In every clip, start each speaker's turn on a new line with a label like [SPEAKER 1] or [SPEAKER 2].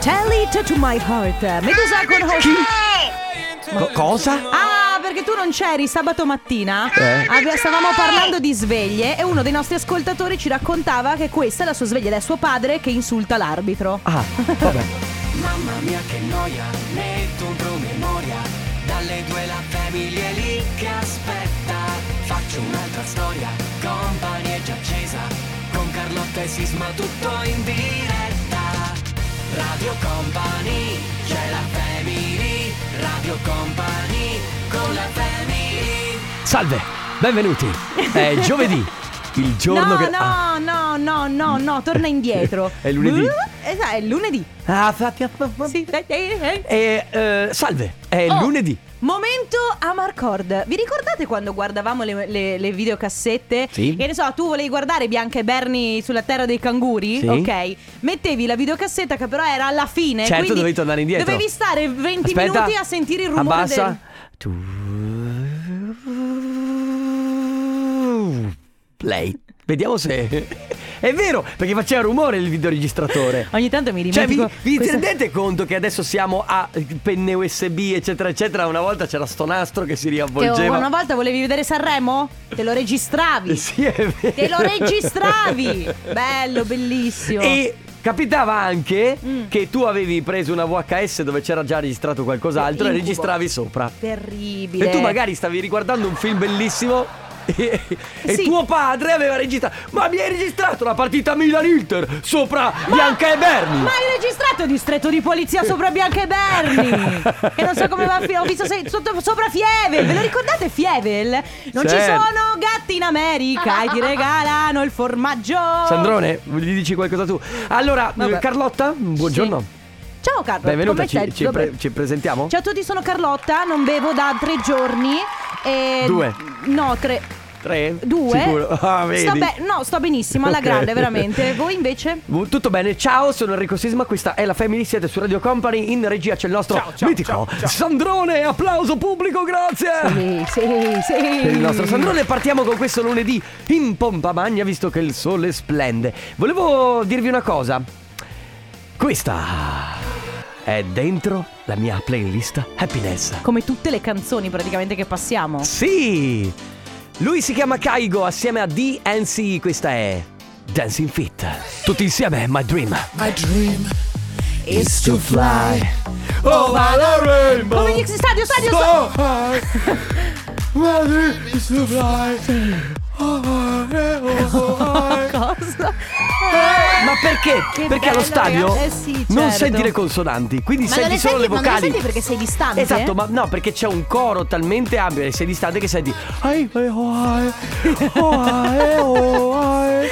[SPEAKER 1] Tell it to my heart. Medusa con Hoshi.
[SPEAKER 2] Co- cosa?
[SPEAKER 1] Ah, perché tu non c'eri sabato mattina?
[SPEAKER 2] Eh.
[SPEAKER 1] Ave- stavamo parlando di sveglie e uno dei nostri ascoltatori ci raccontava che questa è la sua sveglia ed è suo padre che insulta l'arbitro.
[SPEAKER 2] Ah, vabbè.
[SPEAKER 3] Mamma mia che noia, metto un promemoria, dalle due la famiglia è lì che aspetta. Faccio un'altra storia, company è già accesa, con Carlotta e Sisma tutto in diretta. Radio Company, c'è la family, Radio Company, con la family.
[SPEAKER 2] Salve, benvenuti. È giovedì, il giorno
[SPEAKER 1] no,
[SPEAKER 2] che...
[SPEAKER 1] no,
[SPEAKER 2] Ah.
[SPEAKER 1] no, no, no, no, torna indietro.
[SPEAKER 2] È lunedì.
[SPEAKER 1] Uh, esatto, è lunedì.
[SPEAKER 2] Ah, fa- fa- fa- fa-
[SPEAKER 1] Sì, dai, dai, dai.
[SPEAKER 2] E, eh, salve, è
[SPEAKER 1] Oh.
[SPEAKER 2] lunedì.
[SPEAKER 1] Momento Amarcord. Vi ricordate quando guardavamo le, le- le videocassette?
[SPEAKER 2] Sì.
[SPEAKER 1] Che ne so, tu volevi guardare Bianca e Berni sulla terra dei canguri?
[SPEAKER 2] Sì.
[SPEAKER 1] Ok. Mettevi la videocassetta che però era alla fine.
[SPEAKER 2] Certo,
[SPEAKER 1] quindi
[SPEAKER 2] dovevi tornare indietro.
[SPEAKER 1] Dovevi stare 20
[SPEAKER 2] Aspetta,
[SPEAKER 1] minuti a sentire il rumore
[SPEAKER 2] abbassa.
[SPEAKER 1] del.
[SPEAKER 2] Tu... Play. Vediamo se... È vero, perché faceva rumore il videoregistratore.
[SPEAKER 1] Ogni tanto mi
[SPEAKER 2] Cioè, vi,
[SPEAKER 1] dimentico.
[SPEAKER 2] vi
[SPEAKER 1] questa-
[SPEAKER 2] rendete conto che adesso siamo a penne USB, eccetera, eccetera? Una volta c'era sto nastro che si
[SPEAKER 1] Che
[SPEAKER 2] riavvolgeva.
[SPEAKER 1] una volta volevi vedere Sanremo? Te lo registravi.
[SPEAKER 2] Eh Sì, è vero.
[SPEAKER 1] Te lo registravi. Bello, bellissimo.
[SPEAKER 2] E capitava anche
[SPEAKER 1] Mm.
[SPEAKER 2] che tu avevi preso una VHS dove c'era già registrato qualcos'altro
[SPEAKER 1] Incubo.
[SPEAKER 2] e registravi sopra.
[SPEAKER 1] Terribile.
[SPEAKER 2] E tu magari stavi riguardando un film bellissimo. E, e
[SPEAKER 1] Sì.
[SPEAKER 2] tuo padre aveva registrato Ma mi hai registrato la partita Milan-Inter Sopra Bianca e Berni
[SPEAKER 1] Ma hai registrato distretto di polizia sopra Bianca e Berni? che non so come va a finire. Ho visto se- sotto- sopra Fievel. Ve lo ricordate Fievel? Non ci
[SPEAKER 2] Certo.
[SPEAKER 1] sono gatti in America e ti regalano il formaggio.
[SPEAKER 2] Sandrone gli dici qualcosa tu Allora
[SPEAKER 1] Vabbè.
[SPEAKER 2] Carlotta buongiorno
[SPEAKER 1] Ciao Carlo.
[SPEAKER 2] Benvenuta
[SPEAKER 1] come
[SPEAKER 2] ci,
[SPEAKER 1] stai?
[SPEAKER 2] ci
[SPEAKER 1] Dove-
[SPEAKER 2] pre- ci presentiamo
[SPEAKER 1] Ciao a tutti, sono Carlotta. Non bevo da tre giorni. E...
[SPEAKER 2] Due.
[SPEAKER 1] No, tre.
[SPEAKER 2] Tre
[SPEAKER 1] Due.
[SPEAKER 2] Sicuro Ah vedi
[SPEAKER 1] Sto be- no, sto benissimo, alla
[SPEAKER 2] Ok.
[SPEAKER 1] grande, veramente. Voi invece?
[SPEAKER 2] Bu- Tutto bene, ciao, sono Enrico Sisma, questa è la Family, siete su Radio Company, in regia c'è il nostro mitico Sandrone, applauso pubblico, grazie!
[SPEAKER 1] Sì, sì, sì.
[SPEAKER 2] Per il nostro Sandrone partiamo con questo lunedì in pompa magna visto che il sole splende. Volevo dirvi una cosa. Questa è dentro la mia playlist Happiness.
[SPEAKER 1] Come tutte le canzoni praticamente che passiamo.
[SPEAKER 2] Sì! Lui si chiama Kaigo assieme a DNC, questa è Dancing Fit. Tutti insieme, My Dream.
[SPEAKER 3] My dream
[SPEAKER 2] It's to fly
[SPEAKER 1] Oh,
[SPEAKER 2] over the rainbow.
[SPEAKER 1] Come gli stadio, stadio,
[SPEAKER 2] So
[SPEAKER 1] stadio.
[SPEAKER 2] high. My dream is to fly over the rainbow.
[SPEAKER 1] Cosa?
[SPEAKER 2] Ma perché?
[SPEAKER 1] Che
[SPEAKER 2] perché allo
[SPEAKER 1] bello,
[SPEAKER 2] stadio
[SPEAKER 1] ragazzi. Eh sì, certo.
[SPEAKER 2] non senti le consonanti, quindi
[SPEAKER 1] Ma non
[SPEAKER 2] senti
[SPEAKER 1] le
[SPEAKER 2] solo
[SPEAKER 1] senti- ma
[SPEAKER 2] le
[SPEAKER 1] non le
[SPEAKER 2] vocali.
[SPEAKER 1] senti perché sei distante?
[SPEAKER 2] Esatto, ma no, perché c'è un coro talmente ampio e sei distante che senti. Ai, ai, ai, oh, ai, oh, ai,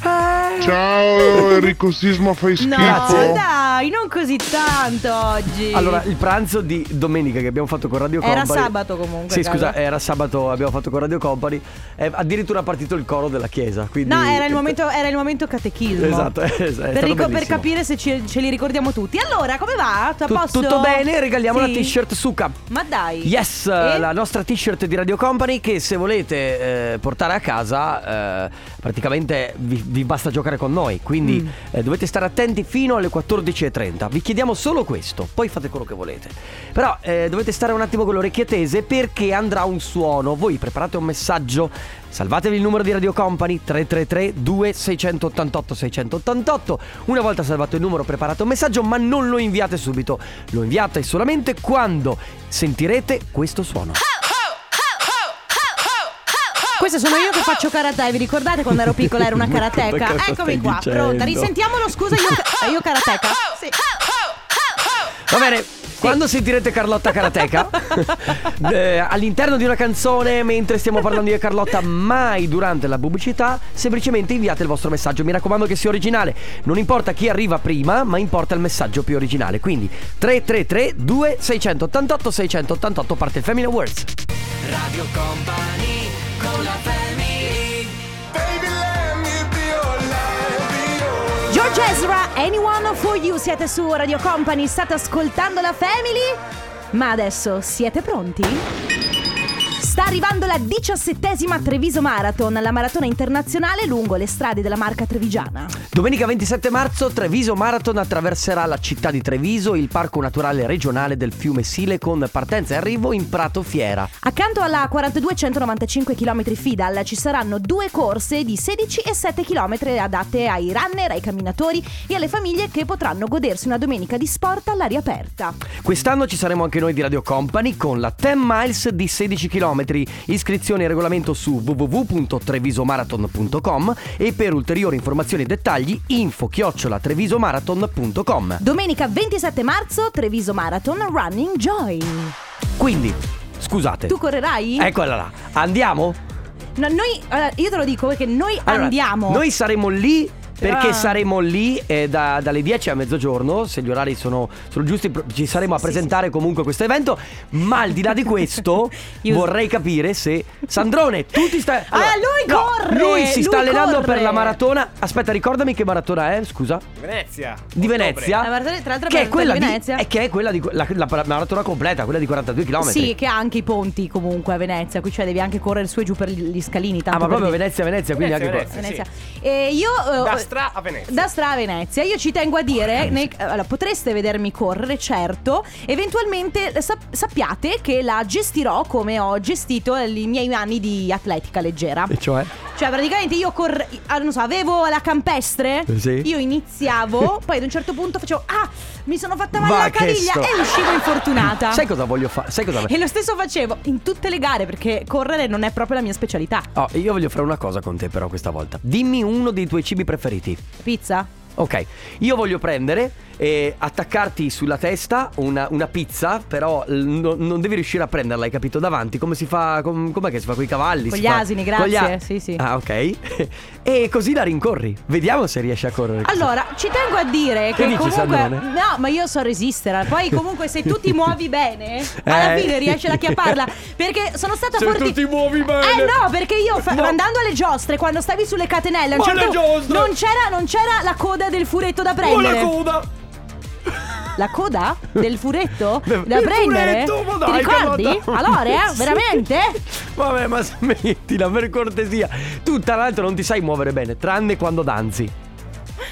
[SPEAKER 2] ai.
[SPEAKER 4] Ciao Enrico Sisma fai schifo.
[SPEAKER 1] No,
[SPEAKER 2] Grazie.
[SPEAKER 1] dai, non così tanto oggi.
[SPEAKER 2] Allora, il pranzo di domenica che abbiamo fatto con Radio
[SPEAKER 1] Era
[SPEAKER 2] Company.
[SPEAKER 1] sabato comunque,
[SPEAKER 2] Sì,
[SPEAKER 1] Carlo.
[SPEAKER 2] scusa, era sabato, abbiamo fatto con Radio Company. È addirittura partito il coro della chiesa. Quindi...
[SPEAKER 1] No, era il momento, era il momento catechismo.
[SPEAKER 2] Esatto, esatto, è stato
[SPEAKER 1] Per, rico- per
[SPEAKER 2] bellissimo.
[SPEAKER 1] capire se ci- ce li ricordiamo tutti. Allora, come va? Tu a
[SPEAKER 2] Tu-
[SPEAKER 1] posto?
[SPEAKER 2] Tutto bene, regaliamo
[SPEAKER 1] Sì?
[SPEAKER 2] la t-shirt Suka.
[SPEAKER 1] Ma dai.
[SPEAKER 2] Yes,
[SPEAKER 1] E?
[SPEAKER 2] la nostra t-shirt di Radio Company che se volete eh, portare a casa eh, praticamente vi, vi basta giocare con noi, quindi eh, dovete stare attenti fino alle 14.30. Vi chiediamo solo questo, poi fate quello che volete. Però eh, dovete stare un attimo con le orecchie tese perché andrà un suono. Voi preparate un messaggio, salvatevi il numero di Radio Company 333 2688 688. Una volta salvato il numero preparate un messaggio ma non lo inviate subito, lo inviate solamente quando sentirete questo suono.
[SPEAKER 1] Questa sono io che faccio karate, vi ricordate quando ero piccola era una karateka?
[SPEAKER 2] cosa
[SPEAKER 1] Eccomi
[SPEAKER 2] stai
[SPEAKER 1] qua,
[SPEAKER 2] dicendo?
[SPEAKER 1] pronta, risentiamolo, scusa, io, eh, io karateka. Sì.
[SPEAKER 2] Va bene. Quando sentirete Carlotta Karateka eh, all'interno di una canzone mentre stiamo parlando di Carlotta, mai durante la pubblicità, semplicemente inviate il vostro messaggio. Mi raccomando che sia originale. Non importa chi arriva prima, ma importa il messaggio più originale. Quindi 333 2688 688 parte il Family Awards.
[SPEAKER 1] George Ezra, Anyone for You, siete su Radio Company, state ascoltando la Family? Ma adesso siete pronti? Sta arrivando la diciassettesima Treviso Marathon, la maratona internazionale lungo le strade della marca trevigiana.
[SPEAKER 2] Domenica 27 marzo Treviso Marathon attraverserà la città di Treviso, il parco naturale regionale del fiume Sile con partenza e arrivo in Prato Fiera.
[SPEAKER 1] Accanto alla 4295 km Fidal ci saranno due corse di 16 e 7 km adatte ai runner, ai camminatori e alle famiglie che potranno godersi una domenica di sport all'aria aperta.
[SPEAKER 2] Quest'anno ci saremo anche noi di Radio Company con la 10 miles di 16 km. Iscrizioni e regolamento su www.trevisomarathon.com e per ulteriori informazioni e dettagli info chiocciola trevisomarathon.com.
[SPEAKER 1] Domenica 27 marzo Treviso Marathon Running Joy.
[SPEAKER 2] Quindi, scusate.
[SPEAKER 1] Tu correrai?
[SPEAKER 2] Eccola là. Andiamo?
[SPEAKER 1] No, noi, allora, io te lo dico perché noi
[SPEAKER 2] Allora,
[SPEAKER 1] andiamo.
[SPEAKER 2] Noi saremo lì. Perché
[SPEAKER 1] Ah.
[SPEAKER 2] saremo lì eh, da- dalle 10 a mezzogiorno, se gli orari sono, sono giusti, pro- ci saremo a
[SPEAKER 1] Sì, sì,
[SPEAKER 2] presentare comunque questo evento. Ma al di là di questo,
[SPEAKER 1] Io-
[SPEAKER 2] vorrei capire se Sandrone, tu ti stai.
[SPEAKER 1] Ah, lui corre!
[SPEAKER 2] Lui si sta
[SPEAKER 1] Lui
[SPEAKER 2] allenando
[SPEAKER 1] corre!
[SPEAKER 2] per la maratona. Aspetta, ricordami che maratona è, scusa?
[SPEAKER 5] Venezia.
[SPEAKER 2] Di Venezia.
[SPEAKER 1] La maratona, Eh, tra l'altro,
[SPEAKER 2] che è
[SPEAKER 1] maratona
[SPEAKER 2] quella
[SPEAKER 1] di
[SPEAKER 2] di eh,
[SPEAKER 1] Venezia.
[SPEAKER 2] è che è quella di la, la maratona completa, quella di Ah, 42 km.
[SPEAKER 1] Sì, che ha anche i ponti comunque a Venezia, qui cioè devi anche correre su e giù per gli gli scalini.
[SPEAKER 2] Ah,
[SPEAKER 1] Tanto
[SPEAKER 2] ma
[SPEAKER 1] per
[SPEAKER 2] proprio
[SPEAKER 1] dire.
[SPEAKER 2] Venezia, Venezia, quindi
[SPEAKER 5] Venezia,
[SPEAKER 2] anche qua.
[SPEAKER 1] Venezia. E io eh,
[SPEAKER 5] Da Stra a Venezia.
[SPEAKER 1] da Stra a Venezia, io ci tengo a dire, nel- allora, potreste vedermi correre, certo, eventualmente eh, sap- sappiate che la gestirò come ho gestito i miei anni di atletica leggera.
[SPEAKER 2] E cioè?
[SPEAKER 1] Cioè, praticamente io corre- ah, non so, avevo la campestre.
[SPEAKER 2] Eh, sì.
[SPEAKER 1] Io iniziavo, poi ad un certo punto facevo Ah, mi sono fatta male
[SPEAKER 2] Va
[SPEAKER 1] la
[SPEAKER 2] che
[SPEAKER 1] caviglia
[SPEAKER 2] sto-
[SPEAKER 1] e uscivo infortunata.
[SPEAKER 2] Sai cosa voglio fare? Sai cosa
[SPEAKER 1] e lo stesso facevo in tutte le gare perché correre non è proprio la mia specialità.
[SPEAKER 2] Oh, io voglio fare una cosa con te però questa volta. Dimmi uno dei tuoi cibi preferiti.
[SPEAKER 1] Pizza?
[SPEAKER 2] Ok, io voglio prendere e attaccarti sulla testa una, una pizza, però l- no- non devi riuscire a prenderla, hai capito? Davanti, come si fa, com- com'è che si fa con i cavalli?
[SPEAKER 1] Con
[SPEAKER 2] si
[SPEAKER 1] gli
[SPEAKER 2] fa-
[SPEAKER 1] asini,
[SPEAKER 2] con gli
[SPEAKER 1] grazie, sì, sì.
[SPEAKER 2] Ah, ok. e così la rincorri. Vediamo se riesci a correre. così.
[SPEAKER 1] Allora, ci tengo a dire che,
[SPEAKER 2] dici,
[SPEAKER 1] comunque.
[SPEAKER 2] Sandrone?
[SPEAKER 1] No, ma io so resistere. Poi, comunque, se tu ti muovi bene, alla
[SPEAKER 2] Eh.
[SPEAKER 1] fine riesci ad acchiapparla. Perché sono stata
[SPEAKER 5] Se
[SPEAKER 1] forti-
[SPEAKER 5] tu ti muovi bene.
[SPEAKER 1] Eh no, perché io fa-
[SPEAKER 5] No.
[SPEAKER 1] andando alle giostre, quando stavi sulle catenelle, a
[SPEAKER 5] Ma
[SPEAKER 1] un certo
[SPEAKER 5] le giostre!
[SPEAKER 1] non c'era, non c'era la coda del furetto da
[SPEAKER 5] Con
[SPEAKER 1] prendere.
[SPEAKER 5] la coda.
[SPEAKER 1] La coda del furetto
[SPEAKER 2] Del-
[SPEAKER 1] da
[SPEAKER 2] del
[SPEAKER 1] prendere?
[SPEAKER 5] furetto, ma
[SPEAKER 1] ti
[SPEAKER 5] dai, che
[SPEAKER 1] ricordi?
[SPEAKER 5] madonna.
[SPEAKER 1] Allora, eh?
[SPEAKER 2] Sì.
[SPEAKER 1] veramente?
[SPEAKER 2] Vabbè, ma smettila per cortesia. Tu tra l'altro non ti sai muovere bene, tranne quando danzi.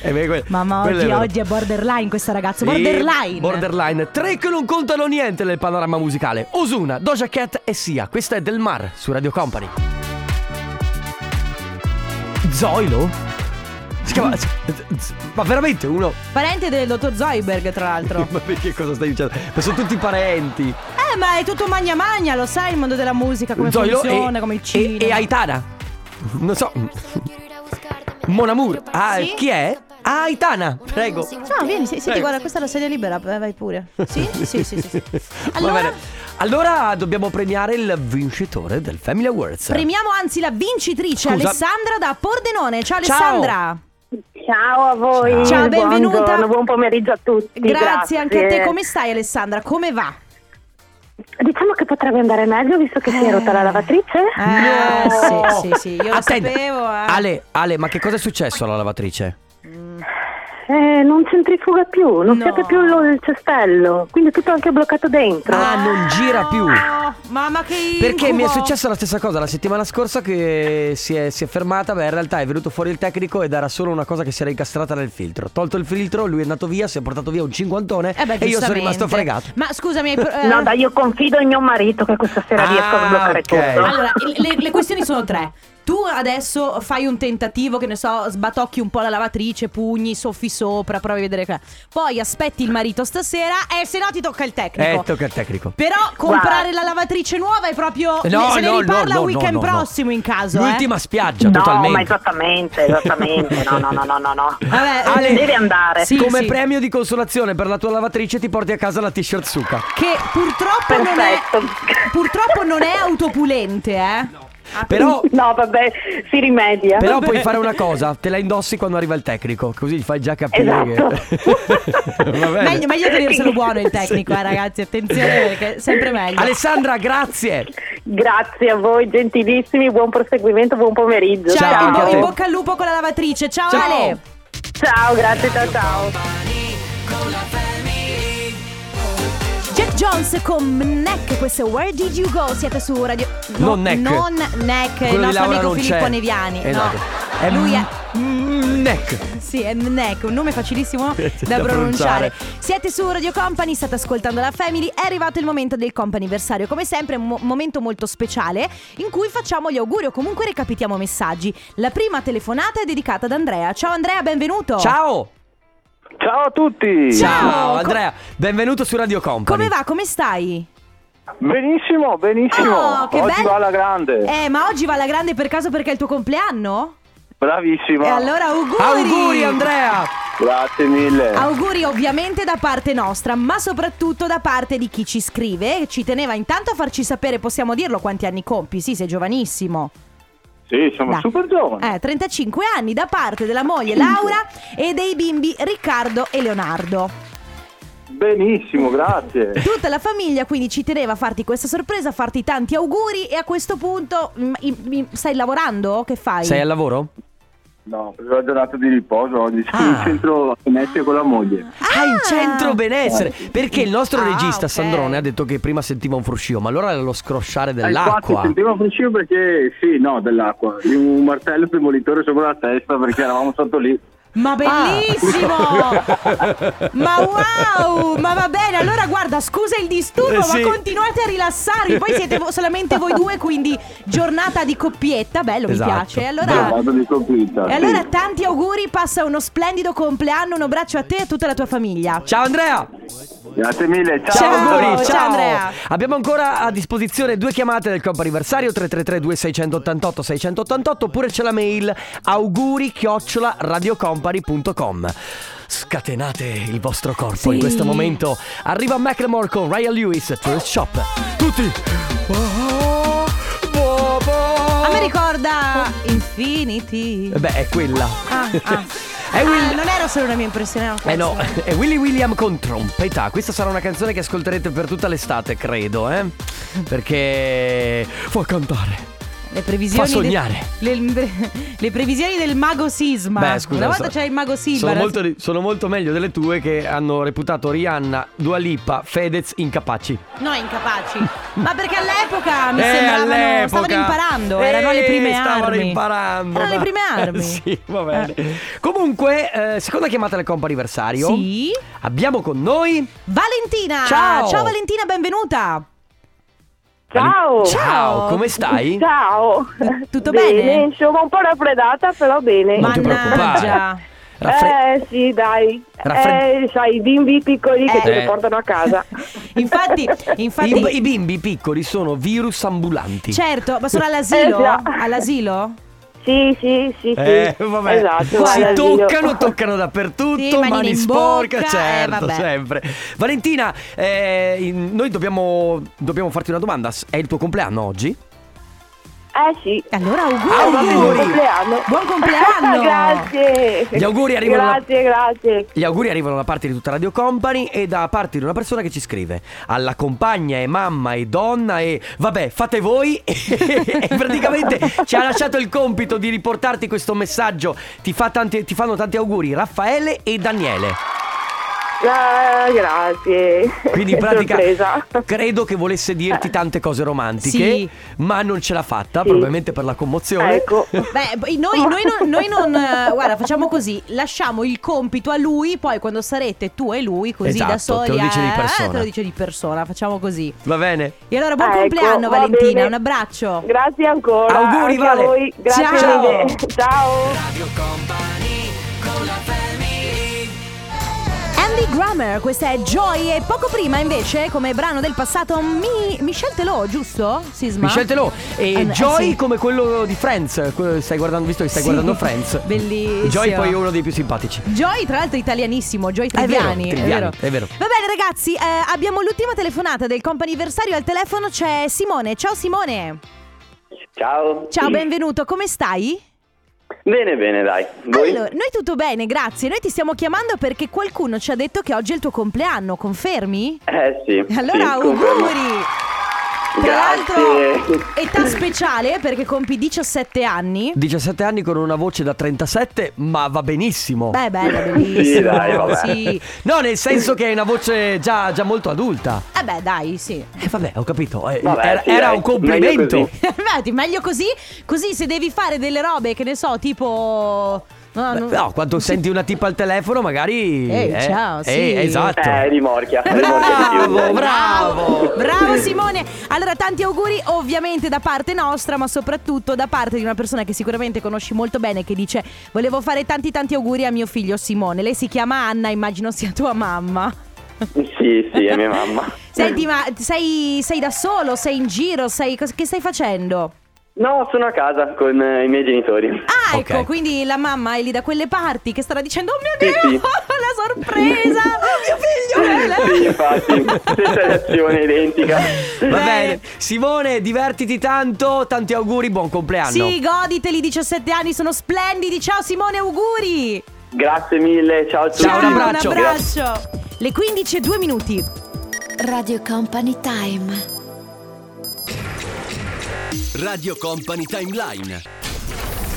[SPEAKER 2] Eh, beh, que-
[SPEAKER 1] Mamma,
[SPEAKER 2] quello
[SPEAKER 1] oggi,
[SPEAKER 2] vero.
[SPEAKER 1] oggi è borderline questa ragazza.
[SPEAKER 2] Sì,
[SPEAKER 1] Borderline.
[SPEAKER 2] Borderline. Tre che non contano niente nel panorama musicale. Osuna, Doja Cat e Sia. Questa è Del Mar su Radio Company. Zoilo?
[SPEAKER 1] Mm.
[SPEAKER 2] Si chiama... z- z- Ma veramente uno...
[SPEAKER 1] Parente del dottor Zoiberg, tra l'altro.
[SPEAKER 2] Ma perché cosa stai dicendo? Ma sono tutti parenti.
[SPEAKER 1] Eh, ma è tutto magna magna, lo sai il mondo della musica, come
[SPEAKER 2] Zoilo
[SPEAKER 1] funziona,
[SPEAKER 2] e,
[SPEAKER 1] come il
[SPEAKER 2] e,
[SPEAKER 1] cinema.
[SPEAKER 2] e Aitana. Non so. Mon Amour. Ah,
[SPEAKER 1] Sì?
[SPEAKER 2] chi è? Ah, Aitana. Prego.
[SPEAKER 1] No, vieni, se- senti,
[SPEAKER 2] Prego.
[SPEAKER 1] guarda, questa è la sedia libera, eh, vai pure. Sì? Sì, sì, sì. sì.
[SPEAKER 2] Va bene.
[SPEAKER 1] Allora,
[SPEAKER 2] Allora dobbiamo premiare il vincitore del Family Awards.
[SPEAKER 1] premiamo anzi la vincitrice
[SPEAKER 2] Scusa.
[SPEAKER 1] Alessandra da Pordenone. Ciao
[SPEAKER 2] Ciao.
[SPEAKER 1] Alessandra.
[SPEAKER 6] Ciao a voi,
[SPEAKER 1] Ciao, benvenuta.
[SPEAKER 6] Buongiorno, buon pomeriggio a tutti.
[SPEAKER 1] Grazie, anche a te. Come stai Alessandra? Come va?
[SPEAKER 6] Diciamo che potrebbe andare meglio visto che si è rotta la lavatrice.
[SPEAKER 1] Eh,
[SPEAKER 2] No!
[SPEAKER 1] sì, sì, sì, io lo
[SPEAKER 2] Attenta.
[SPEAKER 1] sapevo, eh.
[SPEAKER 2] Ale, Ale, ma che cosa è successo alla lavatrice?
[SPEAKER 6] Eh, non centrifuga più, non
[SPEAKER 1] No.
[SPEAKER 6] siete più lo- il cestello, quindi tutto anche bloccato dentro.
[SPEAKER 2] Ah, non gira più.
[SPEAKER 1] No, mamma che
[SPEAKER 2] Perché
[SPEAKER 1] incubo.
[SPEAKER 2] mi è successa la stessa cosa la settimana scorsa che si è, si è fermata, beh in realtà è venuto fuori il tecnico ed era solo una cosa che si era incastrata nel filtro. Tolto il filtro, lui è andato via, si è portato via un cinquantone
[SPEAKER 1] Eh beh,
[SPEAKER 2] e io sono
[SPEAKER 1] giustamente.
[SPEAKER 2] rimasto fregato.
[SPEAKER 1] Ma scusami, hai pro- eh,
[SPEAKER 6] No, dai, io confido in mio marito che questa sera
[SPEAKER 2] Ah,
[SPEAKER 6] riesco a sbloccare
[SPEAKER 2] ok.
[SPEAKER 6] tutto.
[SPEAKER 1] Allora, le, le questioni sono tre. Tu adesso fai un tentativo, che ne so, sbatocchi un po' la lavatrice, pugni, soffi sopra, provi a vedere. che- Poi aspetti il marito stasera e se no ti tocca il tecnico.
[SPEAKER 2] Eh, tocca al tecnico.
[SPEAKER 1] Però comprare la lavatrice nuova è proprio.
[SPEAKER 2] No,
[SPEAKER 1] se ne
[SPEAKER 2] no,
[SPEAKER 1] riparla
[SPEAKER 2] no, no,
[SPEAKER 1] weekend
[SPEAKER 2] no, no.
[SPEAKER 1] prossimo in caso. eh.
[SPEAKER 2] L'ultima spiaggia,
[SPEAKER 6] no,
[SPEAKER 2] totalmente.
[SPEAKER 6] ma esattamente, esattamente. No, no, no, no, no, no.
[SPEAKER 1] Eh. Vabbè,
[SPEAKER 2] Ale,
[SPEAKER 6] Devi andare.
[SPEAKER 1] Sì,
[SPEAKER 2] Come
[SPEAKER 1] sì.
[SPEAKER 2] premio di consolazione per la tua lavatrice ti porti a casa la t-shirt suca.
[SPEAKER 1] Che purtroppo non, è,
[SPEAKER 6] Perfetto.
[SPEAKER 1] purtroppo non è autopulente, eh.
[SPEAKER 2] Però
[SPEAKER 6] No, vabbè, si rimedia.
[SPEAKER 2] Però puoi fare una cosa, te la indossi quando arriva il tecnico, così gli fai già capire
[SPEAKER 6] Esatto.
[SPEAKER 2] che... Va bene.
[SPEAKER 1] Meglio, meglio tenerselo buono il tecnico, eh, ragazzi. Attenzione perché è sempre meglio.
[SPEAKER 2] Alessandra, grazie.
[SPEAKER 6] Grazie a voi, gentilissimi, buon proseguimento, buon pomeriggio.
[SPEAKER 1] ciao, in bo-
[SPEAKER 2] ciao.
[SPEAKER 1] in bocca al lupo con la lavatrice. Ciao,
[SPEAKER 2] Ciao.
[SPEAKER 1] Ale.
[SPEAKER 6] Ciao, grazie, ciao, ciao.
[SPEAKER 1] Jack Jones con Neck, questo è Where Did You Go? Siete su Radio.
[SPEAKER 2] Non Neck.
[SPEAKER 1] Non Neck,
[SPEAKER 2] Quello
[SPEAKER 1] il
[SPEAKER 2] di
[SPEAKER 1] nostro
[SPEAKER 2] Laura
[SPEAKER 1] amico
[SPEAKER 2] non
[SPEAKER 1] Filippo
[SPEAKER 2] c'è.
[SPEAKER 1] Neviani.
[SPEAKER 2] Esatto.
[SPEAKER 1] No.
[SPEAKER 2] È
[SPEAKER 1] Lui è.
[SPEAKER 2] mm, Neck.
[SPEAKER 1] Sì, è Neck, un nome facilissimo da,
[SPEAKER 2] da pronunciare.
[SPEAKER 1] pronunciare. Siete su Radio Company, state ascoltando la Family, è arrivato il momento del comp'anniversario. Come sempre è un mo- momento molto speciale in cui facciamo gli auguri o comunque recapitiamo messaggi. La prima telefonata è dedicata ad Andrea. Ciao Andrea, benvenuto.
[SPEAKER 2] Ciao!
[SPEAKER 7] Ciao a tutti!
[SPEAKER 2] Ciao
[SPEAKER 1] Co-
[SPEAKER 2] Andrea, benvenuto su Radio Company.
[SPEAKER 1] Come va? Come stai?
[SPEAKER 7] Benissimo, benissimo!
[SPEAKER 1] Oh, che
[SPEAKER 7] Oggi
[SPEAKER 1] bello.
[SPEAKER 7] va alla grande!
[SPEAKER 1] Eh, ma oggi va alla grande per caso perché è il tuo compleanno?
[SPEAKER 7] Bravissima!
[SPEAKER 1] E allora auguri!
[SPEAKER 2] Auguri Andrea!
[SPEAKER 7] Grazie mille!
[SPEAKER 1] Auguri ovviamente da parte nostra, ma soprattutto da parte di chi ci scrive. Ci teneva intanto a farci sapere, possiamo dirlo, quanti anni compi. Sì, sei giovanissimo.
[SPEAKER 7] sì, siamo
[SPEAKER 1] Dai.
[SPEAKER 7] super giovani!
[SPEAKER 1] Eh, 35 anni da parte della moglie Laura e dei bimbi Riccardo e Leonardo.
[SPEAKER 7] Benissimo, grazie!
[SPEAKER 1] Tutta la famiglia quindi ci teneva a farti questa sorpresa, a farti tanti auguri e a questo punto mm, i- i- stai lavorando? Che fai?
[SPEAKER 2] Sei al lavoro?
[SPEAKER 7] No, per la giornata di riposo oggi sono
[SPEAKER 2] Ah.
[SPEAKER 7] in centro a Venezia con la moglie.
[SPEAKER 1] Ah!
[SPEAKER 2] Ah, il centro benessere! Perché il nostro
[SPEAKER 1] Ah,
[SPEAKER 2] regista
[SPEAKER 1] ok.
[SPEAKER 2] Sandrone ha detto che prima sentiva un fruscio, ma allora era lo scrosciare
[SPEAKER 7] Eh, Infatti
[SPEAKER 2] dell'acqua.
[SPEAKER 7] sentivo un principio perché sì, no, dell'acqua. Un martello demolitore sopra la testa perché eravamo sotto lì.
[SPEAKER 2] Ah.
[SPEAKER 1] Ma bellissimo! ma wow! Ma va bene, allora guarda, scusa il disturbo,
[SPEAKER 2] Eh, sì.
[SPEAKER 1] ma continuate a rilassarvi. Poi siete vo- solamente voi due, quindi giornata di coppietta, bello,
[SPEAKER 2] Esatto.
[SPEAKER 1] mi piace. E Allora,
[SPEAKER 7] Giornata di sconfitta.
[SPEAKER 1] Ah. e
[SPEAKER 7] sì.
[SPEAKER 1] allora tanti auguri, passa uno splendido compleanno, un abbraccio a te e a tutta la tua famiglia.
[SPEAKER 2] Ciao Andrea!
[SPEAKER 7] Grazie mille, ciao!
[SPEAKER 1] Ciao,
[SPEAKER 2] auguri,
[SPEAKER 1] ciao, Andrea.
[SPEAKER 2] Abbiamo ancora a disposizione due chiamate del compo anniversario 333 2688 688 oppure c'è la mail auguri chiocciola radiocompany.com Scatenate il vostro corpo
[SPEAKER 1] Sì.
[SPEAKER 2] in questo momento. Arriva Macklemore con Ryan Lewis, First Shop. Tutti!
[SPEAKER 1] A me ricorda Infinity.
[SPEAKER 2] Eh Beh, è quella.
[SPEAKER 1] Ah, ah.
[SPEAKER 2] È Eh, Will-
[SPEAKER 1] Ah, non era solo una mia impressione. era una
[SPEAKER 2] Eh no,
[SPEAKER 1] cosa.
[SPEAKER 2] è Willy William con trompeta. Questa sarà una canzone che ascolterete per tutta l'estate, credo, eh? Perché fa cantare.
[SPEAKER 1] Le previsioni
[SPEAKER 2] Fa
[SPEAKER 1] del-
[SPEAKER 2] sognare.
[SPEAKER 1] le, le previsioni del mago Sisma.
[SPEAKER 2] Beh, scusa.
[SPEAKER 1] Una volta
[SPEAKER 2] so-
[SPEAKER 1] c'è il mago Sisma.
[SPEAKER 2] Sono molto, di- sono molto meglio delle tue che hanno reputato Rihanna, Dua Lipa, Fedez incapaci.
[SPEAKER 1] No, incapaci. Ma perché all'epoca Eh, mi
[SPEAKER 2] Eh,
[SPEAKER 1] sembravano
[SPEAKER 2] all'epoca.
[SPEAKER 1] stavano imparando, erano
[SPEAKER 2] Eh,
[SPEAKER 1] le prime
[SPEAKER 2] stavano
[SPEAKER 1] armi.
[SPEAKER 2] imparando.
[SPEAKER 1] Erano le
[SPEAKER 2] ma-
[SPEAKER 1] prime armi. Eh.
[SPEAKER 2] sì, va bene. Comunque, eh, seconda chiamata del compo anniversario.
[SPEAKER 1] Sì.
[SPEAKER 2] Abbiamo con noi
[SPEAKER 1] Valentina!
[SPEAKER 2] Ciao.
[SPEAKER 1] Valentina, benvenuta!
[SPEAKER 6] Ciao!
[SPEAKER 2] Ciao, come stai?
[SPEAKER 6] Ciao!
[SPEAKER 1] Tutto bene?
[SPEAKER 6] Bene, insomma un po' raffreddata però bene.
[SPEAKER 2] Non ti
[SPEAKER 1] Mannaggia.
[SPEAKER 2] preoccupare. Raffre-
[SPEAKER 6] Eh sì, dai.
[SPEAKER 2] Raffred-
[SPEAKER 6] Eh, sai, i bimbi piccoli che te
[SPEAKER 2] Eh.
[SPEAKER 6] li portano a casa.
[SPEAKER 1] Infatti, infatti
[SPEAKER 2] I, I bimbi piccoli sono virus ambulanti.
[SPEAKER 1] certo, ma sono all'asilo?
[SPEAKER 6] Eh, già.
[SPEAKER 1] all'asilo?
[SPEAKER 6] Sì, sì, sì, sì.
[SPEAKER 2] Eh, vabbè.
[SPEAKER 6] Esatto,
[SPEAKER 2] si
[SPEAKER 6] guarda, Gino.
[SPEAKER 2] toccano, toccano
[SPEAKER 1] Sì,
[SPEAKER 2] dappertutto,
[SPEAKER 1] manine
[SPEAKER 2] mani
[SPEAKER 1] in
[SPEAKER 2] sporche,
[SPEAKER 1] bocca, eh,
[SPEAKER 2] certo,
[SPEAKER 1] vabbè.
[SPEAKER 2] sempre. Valentina, eh, in- noi dobbiamo, dobbiamo farti una domanda. S- È il tuo compleanno oggi?
[SPEAKER 6] Eh sì.
[SPEAKER 1] Allora,
[SPEAKER 6] Ah, va
[SPEAKER 1] auguri!
[SPEAKER 6] bene, buon compleanno.
[SPEAKER 1] Buon compleanno.
[SPEAKER 6] grazie.
[SPEAKER 2] Gli auguri arrivano alla-
[SPEAKER 6] Grazie, grazie.
[SPEAKER 2] Gli auguri arrivano da parte di tutta Radio Company e da parte di una persona che ci scrive alla compagna e mamma e donna e vabbè fate voi e praticamente ci ha lasciato il compito di riportarti questo messaggio ti, fa tanti- ti fanno tanti auguri Raffaele e Daniele
[SPEAKER 6] Ah, grazie.
[SPEAKER 2] quindi in pratica
[SPEAKER 6] Sorpresa.
[SPEAKER 2] credo che volesse dirti tante cose romantiche
[SPEAKER 1] Sì.
[SPEAKER 2] ma non ce l'ha fatta
[SPEAKER 6] Sì.
[SPEAKER 2] probabilmente per la commozione
[SPEAKER 6] Ecco.
[SPEAKER 1] Beh, poi noi, noi non, noi non, eh, Guarda, facciamo così: lasciamo il compito a lui. Poi, quando sarete tu e lui, così
[SPEAKER 2] Esatto,
[SPEAKER 1] da soli.
[SPEAKER 2] te lo dice di
[SPEAKER 1] eh,
[SPEAKER 2] persona.
[SPEAKER 1] te lo dice di persona. Facciamo così.
[SPEAKER 2] va bene
[SPEAKER 1] E allora, buon
[SPEAKER 6] Ecco,
[SPEAKER 1] compleanno,
[SPEAKER 6] va
[SPEAKER 1] Valentina.
[SPEAKER 6] bene.
[SPEAKER 1] Un abbraccio.
[SPEAKER 6] Grazie ancora.
[SPEAKER 2] Auguri,
[SPEAKER 6] anche
[SPEAKER 2] Vale.
[SPEAKER 6] a voi. Grazie
[SPEAKER 1] Ciao.
[SPEAKER 6] mille. Ciao.
[SPEAKER 1] Andy Grammer, questa è Joy. E poco prima, invece, come brano del passato, mi, Michel Telò, giusto? Sisma?
[SPEAKER 2] Michel Telò
[SPEAKER 1] Ah,
[SPEAKER 2] e
[SPEAKER 1] no, eh,
[SPEAKER 2] Joy
[SPEAKER 1] sì.
[SPEAKER 2] come quello di Friends, quello- stai guardando, visto che stai
[SPEAKER 1] Sì.
[SPEAKER 2] guardando Friends.
[SPEAKER 1] Bellissimo.
[SPEAKER 2] Joy poi è uno dei più simpatici.
[SPEAKER 1] Joy, tra l'altro, italianissimo. Joy
[SPEAKER 2] È vero,
[SPEAKER 1] Triviani.
[SPEAKER 2] Triviani, è vero.
[SPEAKER 1] Va bene, ragazzi. eh, abbiamo l'ultima telefonata del comp'anniversario. Al telefono c'è Simone. Ciao, Simone.
[SPEAKER 8] Ciao.
[SPEAKER 1] Ciao, benvenuto, come stai?
[SPEAKER 8] Bene, bene, dai. Voi?
[SPEAKER 1] Allora, noi tutto bene, grazie. Noi ti stiamo chiamando perché qualcuno ci ha detto che oggi è il tuo compleanno, confermi?
[SPEAKER 8] Eh sì.
[SPEAKER 1] Allora,
[SPEAKER 8] sì,
[SPEAKER 1] auguri!
[SPEAKER 8] confermo.
[SPEAKER 1] Tra l'altro,
[SPEAKER 8] Grazie.
[SPEAKER 1] età speciale perché compi 17 anni.
[SPEAKER 2] 17 anni con una voce da 37, ma va benissimo.
[SPEAKER 1] Beh, bella, bellissimo.
[SPEAKER 8] Sì, dai, Eh, vabbè.
[SPEAKER 1] sì.
[SPEAKER 2] No, nel senso che è una voce già, già molto adulta.
[SPEAKER 1] Eh beh, dai, sì.
[SPEAKER 2] Eh, vabbè, ho capito. eh,
[SPEAKER 8] Vabbè,
[SPEAKER 2] era
[SPEAKER 8] sì,
[SPEAKER 2] era
[SPEAKER 8] dai,
[SPEAKER 2] un complimento.
[SPEAKER 8] meglio
[SPEAKER 1] Infatti, meglio così. Così se devi fare delle robe, che ne so, tipo No,
[SPEAKER 2] Beh,
[SPEAKER 1] Ah, non-
[SPEAKER 2] No, quando senti una tipa al telefono, magari.
[SPEAKER 1] Ehi, ciao, sì.
[SPEAKER 2] eh, esatto.
[SPEAKER 8] Eh, rimorchia. rimorchia di più,
[SPEAKER 2] Bravo,
[SPEAKER 8] dai.
[SPEAKER 2] bravo.
[SPEAKER 1] Bravo Simone! Allora, tanti auguri ovviamente da parte nostra, ma soprattutto da parte di una persona che sicuramente conosci molto bene che dice "Volevo fare tanti tanti auguri a mio figlio Simone". Lei si chiama Anna, immagino sia tua mamma.
[SPEAKER 8] Sì, sì, è mia mamma.
[SPEAKER 1] Senti, ma sei, sei da solo, sei in giro, sei cos- che stai facendo?
[SPEAKER 8] No, sono a casa con eh, i miei genitori.
[SPEAKER 1] Ah,
[SPEAKER 2] Ok.
[SPEAKER 1] ecco, quindi la mamma è lì da quelle parti che starà dicendo "Oh mio
[SPEAKER 8] Sì,
[SPEAKER 1] Dio,
[SPEAKER 8] sì.
[SPEAKER 1] la sorpresa! oh mio figlio!"
[SPEAKER 8] Sì, infatti, stessa reazione identica.
[SPEAKER 2] Va
[SPEAKER 1] Bene.
[SPEAKER 2] bene, Simone, divertiti tanto. Tanti auguri, buon compleanno.
[SPEAKER 1] Sì, goditeli, 17 anni sono splendidi. Ciao Simone, auguri!
[SPEAKER 8] Grazie mille, ciao a tutti.
[SPEAKER 2] Ciao, un abbraccio.
[SPEAKER 1] Un abbraccio. Le 15 e 2 minuti.
[SPEAKER 9] Radio Company Time.
[SPEAKER 3] Radio Company Timeline.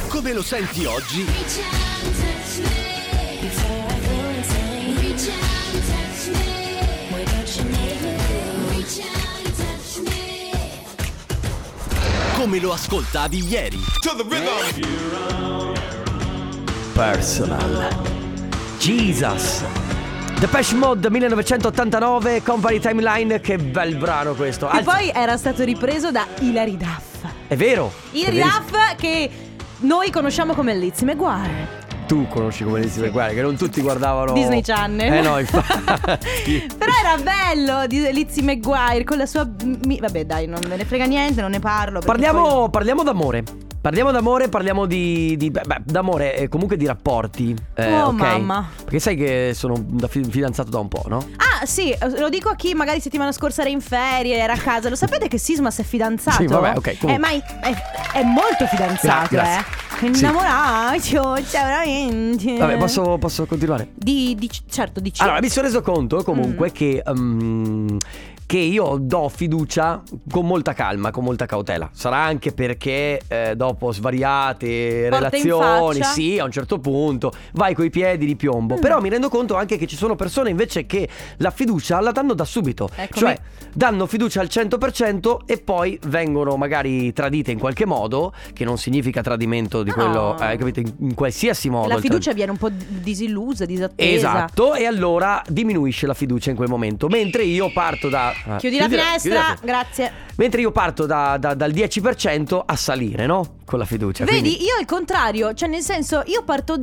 [SPEAKER 3] Come lo senti oggi? Come lo ascoltavi ieri?
[SPEAKER 2] Personal. Jesus. Depeche Mode 1989, Company Timeline. Che bel brano questo.
[SPEAKER 1] E
[SPEAKER 2] Alza-
[SPEAKER 1] poi era stato ripreso da Hilary Duff.
[SPEAKER 2] È vero.
[SPEAKER 1] Hilary
[SPEAKER 2] È verissimo.
[SPEAKER 1] Duff che noi conosciamo come Lizzie McGuire.
[SPEAKER 2] Tu conosci come le si guarda, che non tutti guardavano.
[SPEAKER 1] Disney Channel.
[SPEAKER 2] Eh no, infatti.
[SPEAKER 1] Però era bello di Lizzie McGuire con la sua... mi- Vabbè dai, non me ne frega niente, non ne parlo. perché poi-
[SPEAKER 2] Parliamo, parliamo d'amore. Parliamo d'amore, parliamo di. di- beh, beh, d'amore e comunque di rapporti. eh,
[SPEAKER 1] Oh,
[SPEAKER 2] ok?
[SPEAKER 1] mamma.
[SPEAKER 2] Perché sai che sono da fi- fidanzato da un po', no?
[SPEAKER 1] Ah sì, lo dico a chi magari settimana scorsa era in ferie, era a casa. Lo sapete che Sisma si è fidanzato?
[SPEAKER 2] Sì, vabbè, ok, comunque.
[SPEAKER 1] Eh, ma è, è- è molto fidanzato,
[SPEAKER 2] Gra- grazie.
[SPEAKER 1] eh.
[SPEAKER 2] Sì.
[SPEAKER 1] Innamorato, cioè veramente.
[SPEAKER 2] Vabbè, posso, posso continuare?
[SPEAKER 1] Di, di- certo, di
[SPEAKER 2] Allora, mi sono reso conto comunque
[SPEAKER 1] Mm.
[SPEAKER 2] che. ehm, che io do fiducia con molta calma, con molta cautela. Sarà anche perché eh, dopo svariate
[SPEAKER 1] Porte in
[SPEAKER 2] relazioni,
[SPEAKER 1] faccia.
[SPEAKER 2] sì, a un certo punto vai coi piedi di piombo.
[SPEAKER 1] Mm.
[SPEAKER 2] Però mi rendo conto anche che ci sono persone invece che la fiducia la danno da subito.
[SPEAKER 1] Ecco,
[SPEAKER 2] cioè, danno fiducia al 100% e poi vengono magari tradite in qualche modo, che non significa tradimento di
[SPEAKER 1] No.
[SPEAKER 2] quello, eh, capito? In, in qualsiasi modo.
[SPEAKER 1] La
[SPEAKER 2] il
[SPEAKER 1] fiducia viene un po' di- disillusa, disattesa.
[SPEAKER 2] Esatto, e allora diminuisce la fiducia in quel momento. Mentre io parto da. eh,
[SPEAKER 1] Chiudi la
[SPEAKER 2] chiudi
[SPEAKER 1] finestra,
[SPEAKER 2] la finestra.
[SPEAKER 1] grazie.
[SPEAKER 2] Mentre io parto da- da- dal 10% a salire, no? Con la fiducia.
[SPEAKER 1] Vedi,
[SPEAKER 2] Cioè, quindi-
[SPEAKER 1] io al contrario, cioè nel senso, io parto...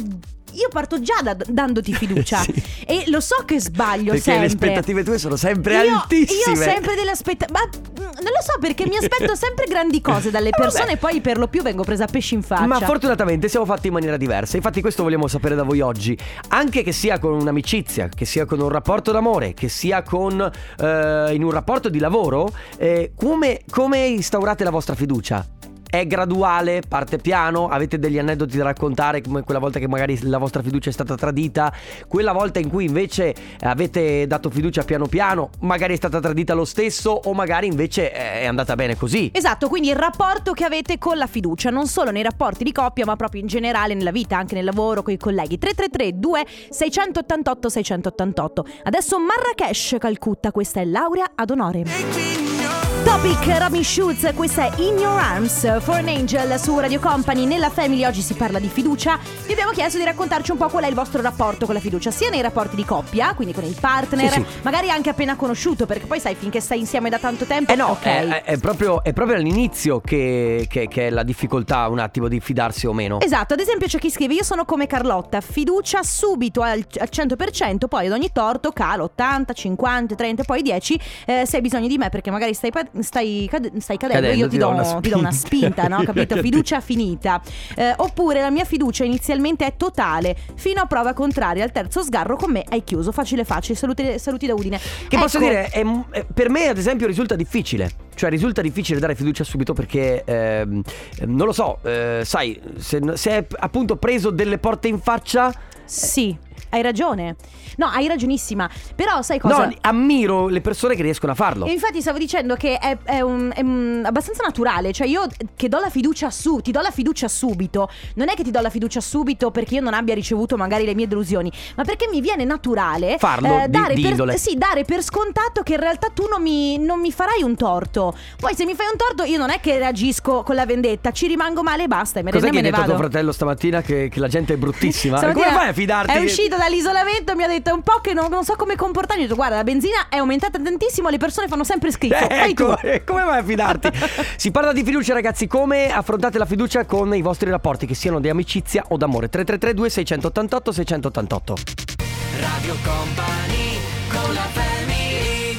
[SPEAKER 1] Io parto già da- dandoti fiducia
[SPEAKER 2] Sì.
[SPEAKER 1] e lo so che sbaglio
[SPEAKER 2] Perché
[SPEAKER 1] sempre.
[SPEAKER 2] le aspettative tue sono sempre
[SPEAKER 1] Io-
[SPEAKER 2] altissime.
[SPEAKER 1] Io ho sempre delle aspettative. Ma mm, non lo so perché mi aspetto sempre grandi cose dalle
[SPEAKER 2] Eh,
[SPEAKER 1] persone e
[SPEAKER 2] vabbè.
[SPEAKER 1] poi per lo più vengo presa a pesci in faccia.
[SPEAKER 2] Ma fortunatamente siamo fatti in maniera diversa. Infatti, questo vogliamo sapere da voi oggi. Anche che sia con un'amicizia, che sia con un rapporto d'amore, che sia con eh, in un rapporto di lavoro, eh, come, come instaurate la vostra fiducia? È graduale, parte piano, avete degli aneddoti da raccontare, come quella volta che magari la vostra fiducia è stata tradita, quella volta in cui invece avete dato fiducia piano piano, magari è stata tradita lo stesso o magari invece è andata bene così.
[SPEAKER 1] Esatto, quindi il rapporto che avete con la fiducia, non solo nei rapporti di coppia, ma proprio in generale nella vita, anche nel lavoro, con i colleghi. 333 2688 688. Adesso Marrakesh, Calcutta, questa è Laurea ad onore. Topic Robin Schulz, questa è In Your Arms, For an Angel su Radio Company, nella Family oggi si parla di fiducia, vi abbiamo chiesto di raccontarci un po' qual è il vostro rapporto con la fiducia, sia nei rapporti di coppia, quindi con il partner,
[SPEAKER 2] Sì,
[SPEAKER 1] magari anche appena conosciuto, perché poi sai finché stai insieme da tanto tempo...
[SPEAKER 2] Eh no,
[SPEAKER 1] ok.
[SPEAKER 2] è, è- è proprio, è proprio all'inizio che, che- che è la difficoltà un attimo di fidarsi o meno.
[SPEAKER 1] Esatto, ad esempio c'è chi scrive io sono come Carlotta, fiducia subito al, al 100%, poi ad ogni torto calo 80, 50, 30, poi 10, eh, se hai bisogno di me perché magari stai, pa- stai cad- stai cadendo,
[SPEAKER 2] Cadendo,
[SPEAKER 1] io ti, do, una ti do una spinta, no? capito? Fiducia finita. Eh, oppure la mia fiducia inizialmente è totale, fino a prova contraria, al terzo sgarro con me hai chiuso, facile facile, saluti, saluti da Udine.
[SPEAKER 2] Che posso
[SPEAKER 1] Ecco,
[SPEAKER 2] dire, è m- è- per me ad esempio risulta difficile, cioè risulta difficile dare fiducia subito perché, ehm, non lo so, eh, sai, se, se è appunto preso delle porte in faccia
[SPEAKER 1] Sì. Hai ragione. No, hai ragionissima. Però sai cosa? Eh,
[SPEAKER 2] No, ammiro le persone che riescono a farlo.
[SPEAKER 1] E infatti stavo dicendo che è, è un- è un- abbastanza naturale, cioè io che do la fiducia su, ti do la fiducia subito, non è che ti do la fiducia subito perché io non abbia ricevuto magari le mie delusioni, ma perché mi viene naturale eh,
[SPEAKER 2] Farlo di-
[SPEAKER 1] dare,
[SPEAKER 2] di
[SPEAKER 1] per,
[SPEAKER 2] indole.
[SPEAKER 1] sì, dare per scontato che in realtà tu non mi, non mi farai un torto. Poi se mi fai un torto io non è che reagisco con la vendetta, ci rimango male e basta, e me ne, me
[SPEAKER 2] Cos'è che hai
[SPEAKER 1] ne
[SPEAKER 2] detto a
[SPEAKER 1] vado.
[SPEAKER 2] tuo fratello stamattina che, che la gente è bruttissima?
[SPEAKER 1] Stamattina
[SPEAKER 2] Come fai a fidarti?
[SPEAKER 1] È
[SPEAKER 2] che-
[SPEAKER 1] uscito dall'isolamento mi ha detto un po' che non, non so come comportarmi. Ho detto guarda la benzina è aumentata tantissimo, le persone fanno sempre schifo. Fai tu.
[SPEAKER 2] Ecco, eh, come vai a fidarti? si parla di fiducia, ragazzi. Come affrontate la fiducia con i vostri rapporti, che siano di amicizia o d'amore? 3332 688 688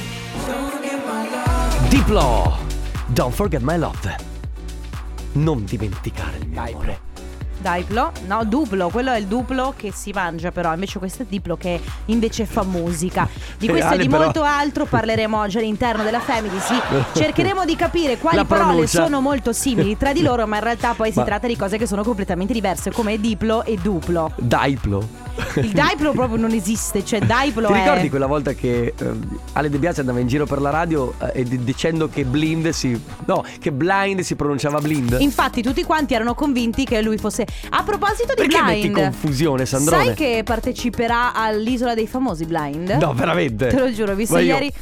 [SPEAKER 2] Radio Company con la Diplo, don't forget my love. Non dimenticare il mio amore.
[SPEAKER 1] Diplo, no, duplo, quello è il duplo che si mangia però, invece questo è diplo che invece fa musica. Di questo e
[SPEAKER 2] Eh, Ale,
[SPEAKER 1] di
[SPEAKER 2] però.
[SPEAKER 1] molto altro parleremo oggi all'interno della Family, sì. Cercheremo di capire quali
[SPEAKER 2] La
[SPEAKER 1] parole
[SPEAKER 2] pronuncia.
[SPEAKER 1] sono molto simili tra di loro, ma in realtà poi si
[SPEAKER 2] Ma-
[SPEAKER 1] tratta di cose che sono completamente diverse, come diplo e duplo.
[SPEAKER 2] Diplo.
[SPEAKER 1] Il diplo proprio non esiste, cioè diplo
[SPEAKER 2] Ti
[SPEAKER 1] è
[SPEAKER 2] ricordi quella volta che ehm, Ale De Biasi andava in giro per la radio eh, e di- dicendo che blind si. No, che blind si pronunciava blind?
[SPEAKER 1] Infatti tutti quanti erano convinti che lui fosse A proposito di
[SPEAKER 2] Perché
[SPEAKER 1] Blind
[SPEAKER 2] metti confusione, Sandrone?
[SPEAKER 1] Sai che parteciperà all'isola dei famosi Blind?
[SPEAKER 2] No, veramente.
[SPEAKER 1] Te lo giuro, ho visto
[SPEAKER 2] Ma io-
[SPEAKER 1] ieri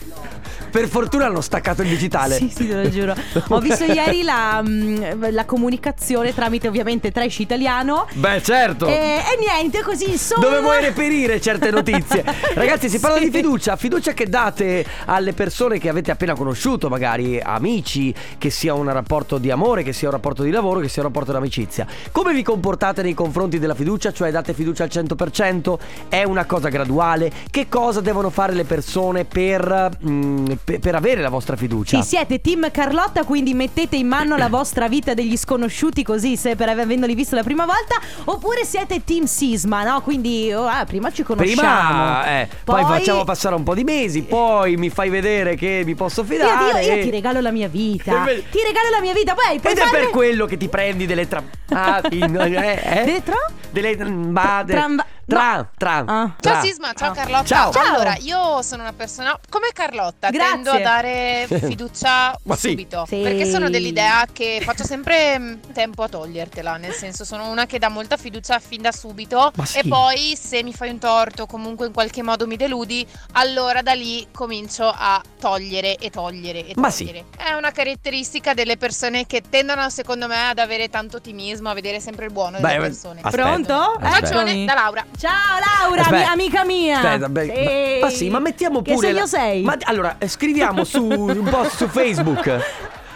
[SPEAKER 2] Per fortuna hanno staccato il digitale.
[SPEAKER 1] Sì, sì, te lo giuro. Ho visto ieri la, mm, la comunicazione tramite ovviamente trash italiano.
[SPEAKER 2] Beh, certo.
[SPEAKER 1] E, e niente, così insomma.
[SPEAKER 2] Dove vuoi reperire certe notizie? Ragazzi, si parla
[SPEAKER 1] Sì.
[SPEAKER 2] di fiducia, fiducia che date alle persone che avete appena conosciuto, magari amici, che sia un rapporto di amore, che sia un rapporto di lavoro, che sia un rapporto di amicizia. Come vi comportate nei confronti della fiducia? Cioè date fiducia al 100%? È una cosa graduale? Che cosa devono fare le persone per, mm, per- per avere la vostra fiducia?
[SPEAKER 1] Ci siete Team Carlotta, quindi mettete in mano la vostra vita degli sconosciuti così, se per avendoli visto la prima volta, oppure siete Team Sisma, no? Quindi oh, ah, prima ci conosciamo.
[SPEAKER 2] Prima, eh, poi, facciamo passare un po' di mesi, poi mi fai vedere che mi posso
[SPEAKER 1] Io,
[SPEAKER 2] fidare.
[SPEAKER 1] io- io ti regalo la mia vita.
[SPEAKER 2] Ed è-
[SPEAKER 1] ti regalo la mia vita, poi puoi
[SPEAKER 2] Ed è
[SPEAKER 1] farne-
[SPEAKER 2] per quello che ti prendi delle tra... Ah, in- eh, eh?
[SPEAKER 1] Delle tra?
[SPEAKER 2] Delle... Ma, de-
[SPEAKER 1] Tram-
[SPEAKER 2] Tra,
[SPEAKER 1] no.
[SPEAKER 2] tra,
[SPEAKER 1] Ah.
[SPEAKER 2] tra.
[SPEAKER 10] Ciao Sisma, ciao
[SPEAKER 1] Ah.
[SPEAKER 10] Carlotta.
[SPEAKER 2] Ciao.
[SPEAKER 1] Ciao.
[SPEAKER 10] Allora, io sono una persona come Carlotta,
[SPEAKER 1] Grazie.
[SPEAKER 10] tendo a dare fiducia
[SPEAKER 2] Ma sì.
[SPEAKER 10] subito,
[SPEAKER 1] Sì.
[SPEAKER 10] perché sono dell'idea che faccio sempre mm, tempo a togliertela, nel senso sono una che dà molta fiducia fin da subito
[SPEAKER 2] Ma sì.
[SPEAKER 10] e poi se mi fai un torto, comunque in qualche modo mi deludi, allora da lì comincio a togliere e togliere e
[SPEAKER 2] Ma sì.
[SPEAKER 10] togliere. È una caratteristica delle persone che tendono, secondo me, ad avere tanto ottimismo, a vedere sempre il buono
[SPEAKER 2] Beh,
[SPEAKER 10] delle
[SPEAKER 2] beh,
[SPEAKER 10] persone.
[SPEAKER 2] aspetta,
[SPEAKER 1] Pronto?
[SPEAKER 10] Un bacione
[SPEAKER 1] Eccomi.
[SPEAKER 10] da Laura.
[SPEAKER 1] Ciao Laura,
[SPEAKER 2] Aspetta.
[SPEAKER 1] mi- amica mia.
[SPEAKER 2] Aspetta, beh,
[SPEAKER 1] Sì.
[SPEAKER 2] ma, ma sì, ma mettiamo
[SPEAKER 1] che
[SPEAKER 2] pure...
[SPEAKER 1] segno
[SPEAKER 2] la-
[SPEAKER 1] sei?
[SPEAKER 2] Ma allora, eh, scriviamo su un post su Facebook.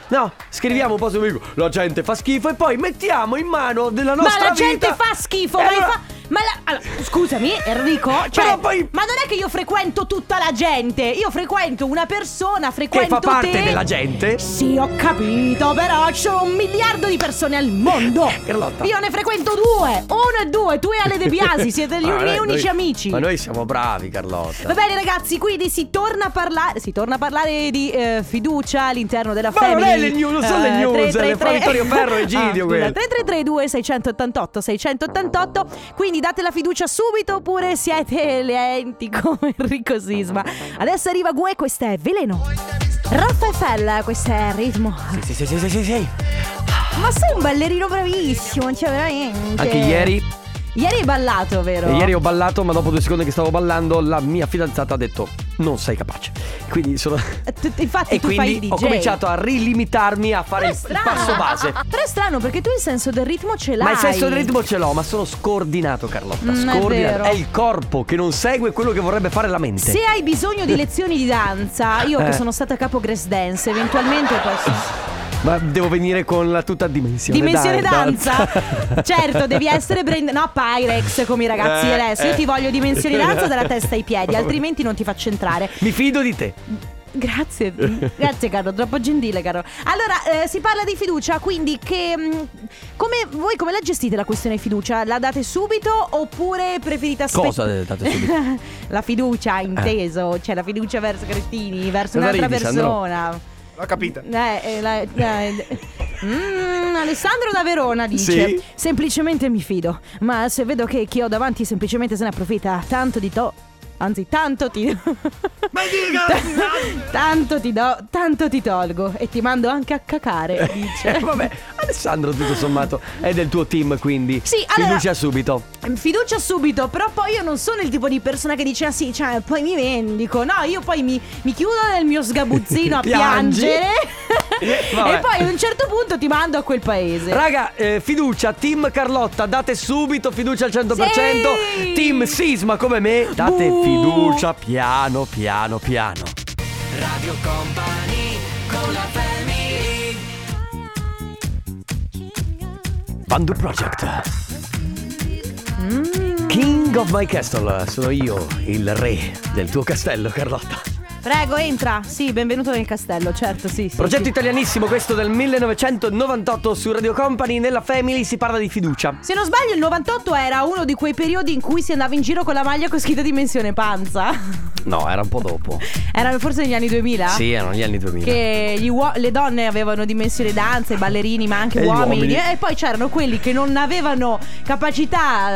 [SPEAKER 2] No, scriviamo un po' su Facebook. La gente fa schifo e poi mettiamo in mano della
[SPEAKER 1] Ma
[SPEAKER 2] nostra
[SPEAKER 1] la gente
[SPEAKER 2] vita-
[SPEAKER 1] fa schifo,
[SPEAKER 2] E
[SPEAKER 1] ma, le
[SPEAKER 2] allora-
[SPEAKER 1] fa- ma la- allora, scusami Enrico, cioè,
[SPEAKER 2] Però poi-
[SPEAKER 1] ma non è che io frequento tutta la gente, io frequento una persona,
[SPEAKER 2] Che
[SPEAKER 1] frequento
[SPEAKER 2] fa parte
[SPEAKER 1] te.
[SPEAKER 2] della gente.
[SPEAKER 1] Sì, ho capito, però ci sono un miliardo di persone al mondo.
[SPEAKER 2] Eh, Carlotta.
[SPEAKER 1] Io ne frequento due, uno e due, tu e Ale De Biasi, siete gli
[SPEAKER 2] Ma
[SPEAKER 1] uni-
[SPEAKER 2] noi-
[SPEAKER 1] unici
[SPEAKER 2] noi-
[SPEAKER 1] amici.
[SPEAKER 2] Ma noi siamo bravi, Carlotta.
[SPEAKER 1] Va bene ragazzi, quindi si torna a parlare, si torna a parlare di eh, fiducia all'interno della
[SPEAKER 2] Ma
[SPEAKER 1] family. Eh,
[SPEAKER 2] non è le news, non sono le news, eh, le fa Vittorio Ferro e
[SPEAKER 1] Ah,
[SPEAKER 2] Egidio quelle.
[SPEAKER 1] 3332 688 688. Quindi date la fiducia subito oppure siete lenti come Enrico Sisma. Adesso arriva Gue, questa è Veleno. Raffa Fell, questo è Ritmo.
[SPEAKER 2] Sì, sì, sì, sì, sì, sì.
[SPEAKER 1] Ma sei un ballerino bravissimo, cioè veramente.
[SPEAKER 2] Anche ieri,
[SPEAKER 1] Ieri hai ballato, vero?
[SPEAKER 2] ieri ho ballato, ma dopo due secondi che stavo ballando, la mia fidanzata ha detto: Non sei capace. Quindi sono.
[SPEAKER 1] Tu- Eh, Infatti
[SPEAKER 2] E
[SPEAKER 1] Ah, tu fai il
[SPEAKER 2] quindi
[SPEAKER 1] DJ.
[SPEAKER 2] ho cominciato a rilimitarmi a fare
[SPEAKER 1] Però è
[SPEAKER 2] il, il passo base.
[SPEAKER 1] Però è strano perché tu il senso del ritmo ce l'hai.
[SPEAKER 2] Ma il senso del ritmo ce l'ho, ma sono scordinato, Carlotta.
[SPEAKER 1] Mm, è vero.
[SPEAKER 2] scordinato. È, il corpo che non segue quello che vorrebbe fare la mente.
[SPEAKER 1] Se hai bisogno di lezioni di danza, io che
[SPEAKER 2] Eh.
[SPEAKER 1] sono stata capo Grace Dance, eventualmente posso.
[SPEAKER 2] Ma devo venire con la tutta dimensione.
[SPEAKER 1] Dimensione
[SPEAKER 2] dai,
[SPEAKER 1] danza? certo, devi essere brand. No, Pyrex come i ragazzi
[SPEAKER 2] Eh,
[SPEAKER 1] adesso. Io
[SPEAKER 2] eh.
[SPEAKER 1] ti voglio dimensioni danza dalla testa ai piedi, altrimenti non ti faccio entrare.
[SPEAKER 2] Mi fido di te.
[SPEAKER 1] Grazie, grazie caro, troppo gentile caro. Allora, eh, si parla di fiducia, quindi che... mm, come, voi come la gestite la questione fiducia? La date subito oppure preferite aspettare?
[SPEAKER 2] Cosa date subito? Eh.
[SPEAKER 1] la fiducia, inteso, cioè la fiducia verso Cristini, verso
[SPEAKER 2] Cosa
[SPEAKER 1] un'altra Mm,
[SPEAKER 2] ridi, Sandro?
[SPEAKER 1] persona.
[SPEAKER 5] L'ho capita.
[SPEAKER 1] Eh, eh, la- eh, Mm, Alessandro da Verona dice:
[SPEAKER 2] Sì.
[SPEAKER 1] Semplicemente mi fido, ma se vedo che chi ho davanti semplicemente se ne approfitta, tanto di to. Anzi, tanto ti. tanto ti do, tanto ti tolgo e ti mando anche a cacare. Dice.
[SPEAKER 2] Eh, vabbè, Alessandro tutto sommato è del tuo team quindi
[SPEAKER 1] Sì, allora-
[SPEAKER 2] Fiducia subito
[SPEAKER 1] Ehm, Fiducia subito, però poi io non sono il tipo di persona che dice ah sì, cioè, poi mi vendico. No, io poi mi, mi chiudo nel mio sgabuzzino a
[SPEAKER 2] Piangi. Eh,
[SPEAKER 1] piangere.
[SPEAKER 2] Vabbè.
[SPEAKER 1] e poi a un certo punto ti mando a quel paese.
[SPEAKER 2] Raga, eh, fiducia, team Carlotta, date subito fiducia al 100%.
[SPEAKER 1] Sì!
[SPEAKER 2] Team Sisma come me, date
[SPEAKER 1] Buh!
[SPEAKER 2] fiducia piano, piano, piano.
[SPEAKER 3] Radio Company con la family
[SPEAKER 2] Vandu Project.
[SPEAKER 1] Mm.
[SPEAKER 2] King of my castle, sono io il re del tuo castello, Carlotta.
[SPEAKER 1] Prego, entra. Sì, benvenuto nel castello, certo, sì. sì
[SPEAKER 2] Progetto
[SPEAKER 1] sì.
[SPEAKER 2] italianissimo questo del 1998 su Radio Company, nella Family si parla di fiducia.
[SPEAKER 1] Se non sbaglio, il 98 era uno di quei periodi in cui si andava in giro con la maglia con scritta dimensione panza.
[SPEAKER 2] No, era un po' dopo.
[SPEAKER 1] Erano forse negli anni 2000?
[SPEAKER 2] Sì, erano gli anni 2000.
[SPEAKER 1] Ah. Che gli uo- le donne avevano dimensione danza, i ballerini, ma anche
[SPEAKER 2] E gli
[SPEAKER 1] uomini.
[SPEAKER 2] uomini.
[SPEAKER 1] E poi c'erano quelli che non avevano capacità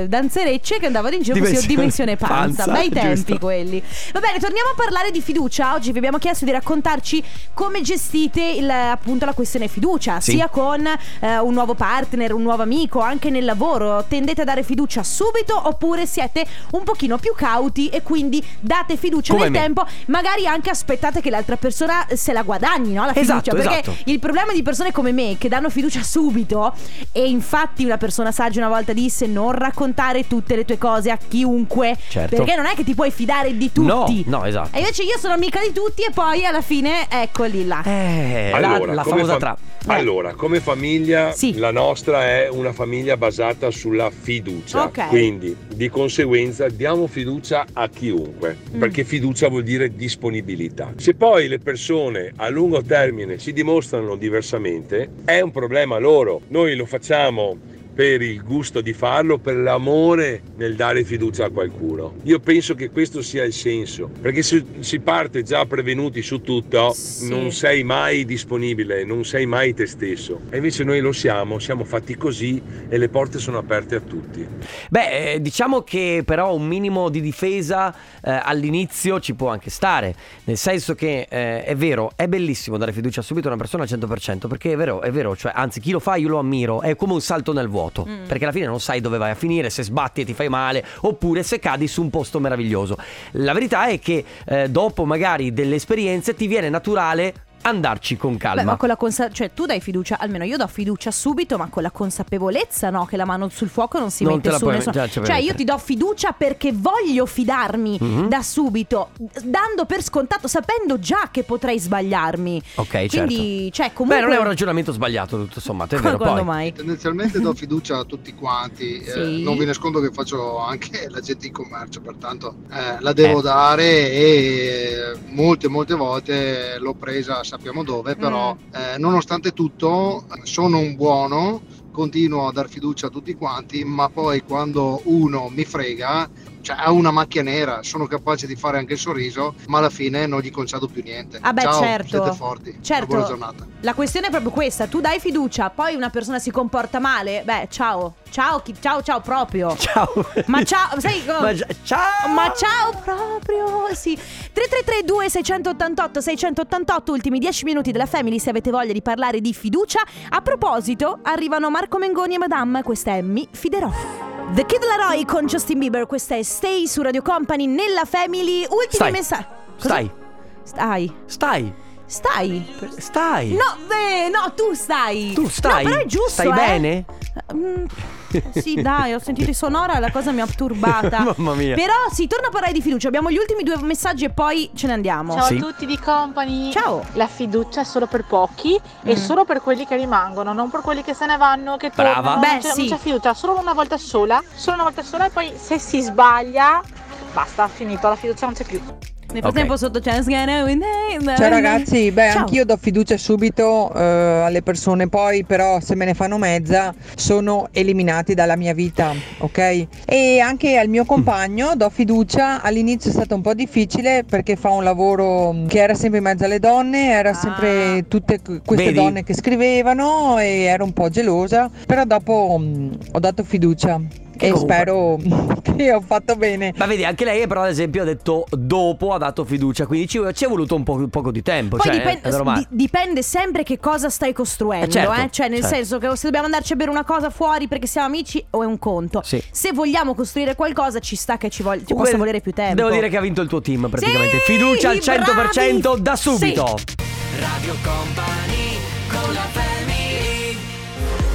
[SPEAKER 1] eh, danzerecce che andavano in giro così,
[SPEAKER 2] Dimensione-
[SPEAKER 1] dimensione panza.
[SPEAKER 2] panza,
[SPEAKER 1] Bei tempi
[SPEAKER 2] giusto.
[SPEAKER 1] quelli. Va bene, torniamo a parlare di fiducia. Oggi vi abbiamo chiesto di raccontarci come gestite il, appunto la questione fiducia,
[SPEAKER 2] Sì.
[SPEAKER 1] sia con eh, un nuovo partner, un nuovo amico, anche nel lavoro. Tendete a dare fiducia subito oppure siete un pochino più cauti e quindi date fiducia
[SPEAKER 2] Come
[SPEAKER 1] nel
[SPEAKER 2] me.
[SPEAKER 1] tempo, magari anche aspettate che l'altra persona se la guadagni, no? La fiducia,
[SPEAKER 2] Esatto,
[SPEAKER 1] perché
[SPEAKER 2] esatto.
[SPEAKER 1] il problema di persone come me che danno fiducia subito e infatti una persona saggia una volta disse non raccontare tutte le tue cose a chiunque
[SPEAKER 2] Certo.
[SPEAKER 1] perché non è che ti puoi fidare di tutti.
[SPEAKER 2] No, no, esatto.
[SPEAKER 1] E invece io sono amica di tutti e poi alla fine eccoli là.
[SPEAKER 2] Eh, la- la,
[SPEAKER 11] come
[SPEAKER 2] famosa
[SPEAKER 11] fam-
[SPEAKER 2] tra.
[SPEAKER 11] allora, come famiglia,
[SPEAKER 1] Sì.
[SPEAKER 11] la nostra è una famiglia basata sulla fiducia.
[SPEAKER 1] Ok.
[SPEAKER 11] Quindi, di conseguenza, diamo fiducia a chiunque,
[SPEAKER 1] Mm.
[SPEAKER 11] perché fiducia vuol dire disponibilità. Se poi le persone a lungo termine si dimostrano diversamente, è un problema loro. Noi lo facciamo per il gusto di farlo, per l'amore nel dare fiducia a qualcuno. Io penso che questo sia il senso, perché se si parte già prevenuti su tutto,
[SPEAKER 1] Sì.
[SPEAKER 11] non sei mai disponibile, non sei mai te stesso. E invece noi lo siamo, siamo fatti così e le porte sono aperte a tutti.
[SPEAKER 2] Beh, eh, diciamo che però un minimo di difesa eh, all'inizio ci può anche stare, nel senso che eh, è vero, è bellissimo dare fiducia subito a una persona al 100%, perché è vero, è vero, cioè anzi chi lo fa io lo ammiro, è come un salto nel vuoto,
[SPEAKER 1] Mm.
[SPEAKER 2] perché alla fine non sai dove vai a finire, se sbatti e ti fai male, oppure se cadi su un posto meraviglioso. La verità è che eh, dopo magari delle esperienze ti viene naturale andarci con calma.
[SPEAKER 1] Beh, ma con la consa- cioè tu dai fiducia, almeno io do fiducia subito, ma con la consapevolezza, no? Che la mano sul fuoco non si
[SPEAKER 2] Non
[SPEAKER 1] mette
[SPEAKER 2] te la
[SPEAKER 1] su
[SPEAKER 2] puoi
[SPEAKER 1] nessuno.
[SPEAKER 2] mettere, cioè,
[SPEAKER 1] cioè, io
[SPEAKER 2] veramente.
[SPEAKER 1] ti do fiducia perché voglio fidarmi
[SPEAKER 2] Mhm.
[SPEAKER 1] da subito, dando per scontato, sapendo già che potrei sbagliarmi. Quindi,
[SPEAKER 2] Ok,
[SPEAKER 1] cioè,
[SPEAKER 2] Eh, certo. Beh,
[SPEAKER 1] comunque.
[SPEAKER 2] non è un ragionamento sbagliato, tutto sommato, è vero
[SPEAKER 1] Quando
[SPEAKER 2] poi.
[SPEAKER 1] mai?
[SPEAKER 12] Tendenzialmente do fiducia a tutti quanti, eh,
[SPEAKER 1] Sì.
[SPEAKER 12] non vi nascondo che faccio anche l'agente di commercio, pertanto eh, la devo
[SPEAKER 1] Certo.
[SPEAKER 2] Eh.
[SPEAKER 12] dare e molte molte volte l'ho presa sappiamo
[SPEAKER 1] Mm.
[SPEAKER 12] dove, però eh, nonostante tutto eh, sono un buono, continuo a dar fiducia a tutti quanti, ma poi quando uno mi frega, cioè ha una macchia nera, sono capace di fare anche il sorriso, ma alla fine non gli concedo più niente.
[SPEAKER 1] Ah beh,
[SPEAKER 12] Ciao,
[SPEAKER 1] certo.
[SPEAKER 12] siete forti, una
[SPEAKER 1] Certo.
[SPEAKER 12] buona giornata.
[SPEAKER 1] La questione è proprio questa: tu dai fiducia, poi una persona si comporta male. Beh, ciao, ciao, chi- ciao, ciao, proprio.
[SPEAKER 2] Ciao.
[SPEAKER 1] Ma ciao, sai co-
[SPEAKER 2] Ma gi- ciao.
[SPEAKER 1] Ma ciao proprio, sì. 3332 688 688, ultimi 10 minuti della Family se avete voglia di parlare di fiducia. A proposito, arrivano Marco Mengoni e Madame, questa è Mi fiderò. The Kid Laroi con Justin Bieber, questa è Stay su Radio Company nella Family. Ultimi
[SPEAKER 2] Stai.
[SPEAKER 1] messaggi.
[SPEAKER 2] Stai,
[SPEAKER 1] Stai.
[SPEAKER 2] stai,
[SPEAKER 1] Stai.
[SPEAKER 2] stai.
[SPEAKER 1] No, eh, no, tu stai.
[SPEAKER 2] Tu stai?
[SPEAKER 1] No, però è giusto.
[SPEAKER 2] Stai
[SPEAKER 1] eh.
[SPEAKER 2] bene?
[SPEAKER 1] Mm, sì, dai, ho sentito i sonora, la cosa mi ha turbata.
[SPEAKER 2] Mamma mia.
[SPEAKER 1] Però sì, torna a parlare di fiducia. Abbiamo gli ultimi due messaggi e poi ce ne andiamo.
[SPEAKER 13] Ciao
[SPEAKER 2] Sì.
[SPEAKER 13] a tutti di Company.
[SPEAKER 1] Ciao.
[SPEAKER 13] La fiducia è solo per pochi
[SPEAKER 1] Mm.
[SPEAKER 13] e solo per quelli che rimangono, non per quelli che se ne vanno, che
[SPEAKER 2] Brava.
[SPEAKER 13] tornano.
[SPEAKER 1] Beh,
[SPEAKER 13] non, c'è, non
[SPEAKER 1] sì.
[SPEAKER 13] c'è fiducia, solo una volta sola, solo una volta sola e poi se si sbaglia basta, finito, la fiducia non c'è più.
[SPEAKER 14] Nel
[SPEAKER 1] frattempo sotto c'è Ciao Ehm,
[SPEAKER 14] Ciao ragazzi, beh anch'io do fiducia subito eh, alle persone, poi però se me ne fanno mezza sono eliminati dalla mia vita, ok? E anche al mio compagno do fiducia, all'inizio è stato un po' difficile perché fa un lavoro che era sempre in mezzo alle donne, era sempre tutte que- queste
[SPEAKER 15] Vedi?
[SPEAKER 14] donne che scrivevano e ero un po' gelosa, però dopo mm, ho dato fiducia e
[SPEAKER 2] comunque-
[SPEAKER 14] spero che ho fatto bene.
[SPEAKER 2] Ma vedi, anche lei però ad esempio ha detto dopo ha dato fiducia, quindi ci, ci è voluto un po' poco di tempo.
[SPEAKER 1] Poi
[SPEAKER 2] cioè,
[SPEAKER 1] dipen-
[SPEAKER 2] è normale.
[SPEAKER 1] di- dipende sempre che cosa stai costruendo,
[SPEAKER 2] Eh, certo,
[SPEAKER 1] eh. cioè nel
[SPEAKER 2] certo.
[SPEAKER 1] senso che se dobbiamo andarci a bere una cosa fuori perché siamo amici o è un conto.
[SPEAKER 2] Sì.
[SPEAKER 1] Se vogliamo costruire qualcosa ci sta che ci, voglia- ci
[SPEAKER 2] Comunque,
[SPEAKER 1] possa volere più tempo.
[SPEAKER 2] Devo dire che ha vinto il tuo team praticamente. Fiducia al
[SPEAKER 1] bravi!
[SPEAKER 2] 100% da subito.
[SPEAKER 3] Radio Company con la family.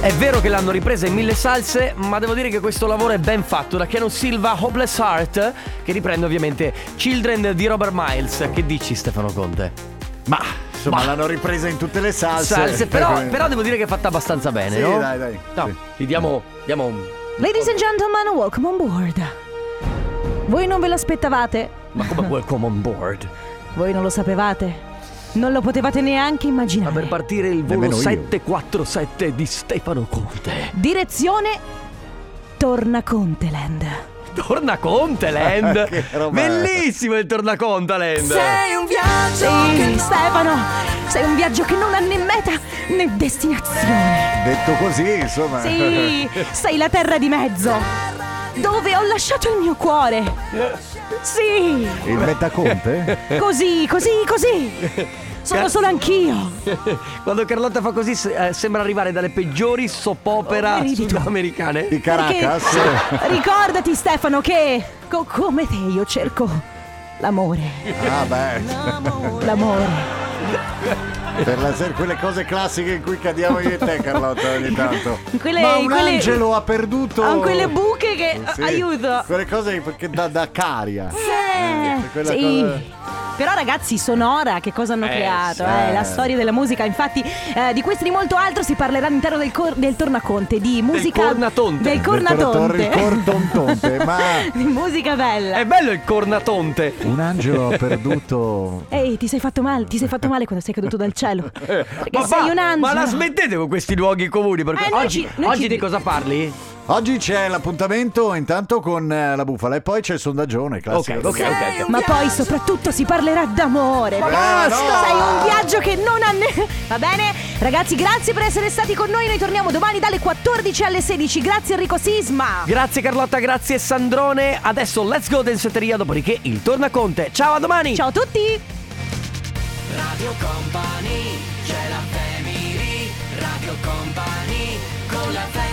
[SPEAKER 2] È vero che l'hanno ripresa in mille salse, ma devo dire che questo lavoro è ben fatto da Keanu Silva Hopeless Heart, che riprende ovviamente Children di Robert Miles. Che dici Stefano Conte? Ma
[SPEAKER 16] Insomma, l'hanno ripresa in tutte le salse.
[SPEAKER 2] salse, però, però devo dire che è fatta abbastanza bene,
[SPEAKER 16] Sì,
[SPEAKER 2] no?
[SPEAKER 16] dai, dai.
[SPEAKER 2] No, ti diamo, diamo un...
[SPEAKER 1] Ladies and gentlemen, welcome on board. Voi non ve l'aspettavate,
[SPEAKER 2] Ma come welcome on board?
[SPEAKER 1] voi non lo sapevate, non lo potevate neanche immaginare.
[SPEAKER 2] Per partire il volo
[SPEAKER 1] Nemmeno io.
[SPEAKER 2] 747 di Stefano Conte.
[SPEAKER 1] Direzione Tornaconteland.
[SPEAKER 2] Tornaconteland!
[SPEAKER 3] Che roba è?
[SPEAKER 2] Bellissimo il Tornaconteland!
[SPEAKER 1] Sei un viaggio che non- Stefano, sei un viaggio che non ha né meta né destinazione.
[SPEAKER 16] Detto così, insomma.
[SPEAKER 1] Sì, sei la terra di mezzo. Dove ho lasciato il mio cuore. Sì.
[SPEAKER 16] Il metaconte?
[SPEAKER 1] Così, così, così. Sono
[SPEAKER 2] Gra-
[SPEAKER 1] solo anch'io.
[SPEAKER 2] Quando Carlotta fa così se- eh, sembra arrivare dalle peggiori soap opera
[SPEAKER 1] Oh,
[SPEAKER 2] sudamericane. Di
[SPEAKER 1] Perché- Ricordati Stefano che co- come te io cerco l'amore.
[SPEAKER 16] Ah beh.
[SPEAKER 1] L'amore.
[SPEAKER 16] Per la ser- quelle cose classiche in cui cadiamo io e te, Carlotta, ogni tanto.
[SPEAKER 1] In quelle-
[SPEAKER 16] Ma un
[SPEAKER 1] in quelle-
[SPEAKER 16] angelo ha perduto.
[SPEAKER 1] Con quelle buche che eh,
[SPEAKER 16] Sì,
[SPEAKER 1] aiuto.
[SPEAKER 16] Quelle cose che da, da caria.
[SPEAKER 1] Eh,
[SPEAKER 16] Quella
[SPEAKER 1] sì.
[SPEAKER 16] cosa-
[SPEAKER 1] Però ragazzi, Sonora, che cosa hanno
[SPEAKER 16] Eh,
[SPEAKER 1] creato?
[SPEAKER 16] sì.
[SPEAKER 1] eh, la storia della musica, infatti eh, di questo e di molto altro si parlerà all'interno del, cor- del Tornaconte, di musica...
[SPEAKER 2] cornatonte.
[SPEAKER 1] Del
[SPEAKER 2] Del
[SPEAKER 1] Cornatonte.
[SPEAKER 2] tornatorre- il cortontonte, ma-
[SPEAKER 1] di musica bella.
[SPEAKER 2] È bello il cornatonte.
[SPEAKER 16] Un angelo ha perduto.
[SPEAKER 1] Ehi, ti sei fatto male, ti sei fatto male quando sei caduto dal cielo. Perché
[SPEAKER 2] Ma,
[SPEAKER 1] sei
[SPEAKER 2] va-
[SPEAKER 1] un angelo.
[SPEAKER 2] ma la smettete con questi luoghi comuni? Perché
[SPEAKER 1] Eh, noi
[SPEAKER 2] oggi,
[SPEAKER 1] ci- noi
[SPEAKER 2] oggi
[SPEAKER 1] ci-
[SPEAKER 2] di cosa parli?
[SPEAKER 16] Oggi c'è l'appuntamento intanto con eh, la bufala e poi c'è il sondaggione classico.
[SPEAKER 2] Ok, ok, ok,
[SPEAKER 1] Ma poi soprattutto si parlerà d'amore.
[SPEAKER 16] Ma
[SPEAKER 1] perché
[SPEAKER 16] basta!
[SPEAKER 1] Sei un viaggio che non ha ne... Va bene? Ragazzi, grazie per essere stati con noi. Noi torniamo domani dalle 14 alle 16. Grazie Enrico Sisma.
[SPEAKER 2] Grazie Carlotta, grazie Sandrone. Adesso let's go Densetteria, dopodiché il Tornaconte. Ciao a domani!
[SPEAKER 1] Ciao a tutti!
[SPEAKER 3] Radio Company, c'è la family. Radio Company con la family.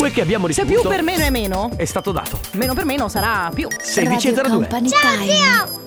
[SPEAKER 2] Quel che abbiamo
[SPEAKER 1] Se
[SPEAKER 2] ricevuto
[SPEAKER 1] più per meno è meno,
[SPEAKER 2] è stato dato.
[SPEAKER 1] meno per meno sarà più.
[SPEAKER 2] 16,02. Radio Company
[SPEAKER 1] Ciao, zio!